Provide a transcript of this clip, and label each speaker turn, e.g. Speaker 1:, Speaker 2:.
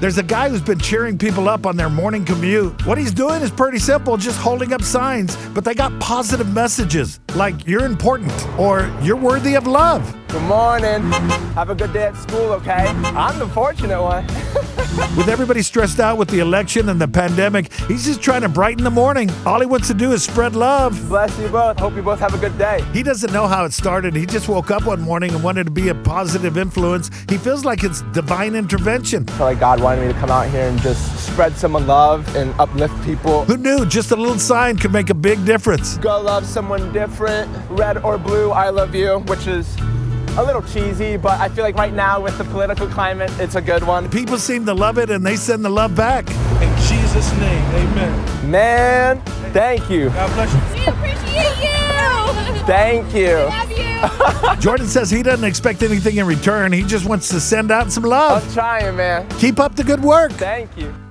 Speaker 1: There's a guy who's been cheering people up on their morning commute. What he's doing is pretty simple, just holding up signs, but they got positive messages like you're important or you're worthy of love.
Speaker 2: Good morning. Have a good day at school, okay? I'm the fortunate one.
Speaker 1: With everybody stressed out with the election and the pandemic, he's just trying to brighten the morning. All he wants to do is spread love.
Speaker 2: Bless you both. Hope you both have a good day.
Speaker 1: He doesn't know how it started. He just woke up one morning and wanted to be a positive influence. He feels like it's divine intervention.
Speaker 2: I feel like God wanted me to come out here and just spread some love and uplift people.
Speaker 1: Who knew just a little sign could make a big difference?
Speaker 2: Go love someone different, red or blue, I love you, which is a little cheesy, but I feel like right now with the political climate, it's a good one.
Speaker 1: People seem to love it and they send the love back.
Speaker 3: In Jesus' name, amen.
Speaker 2: Man, thank you.
Speaker 3: God bless you.
Speaker 4: We appreciate you.
Speaker 2: Thank you.
Speaker 4: Love you.
Speaker 1: Jordan says he doesn't expect anything in return. He just wants to send out some love.
Speaker 2: I'm trying, man.
Speaker 1: Keep up the good work.
Speaker 2: Thank you.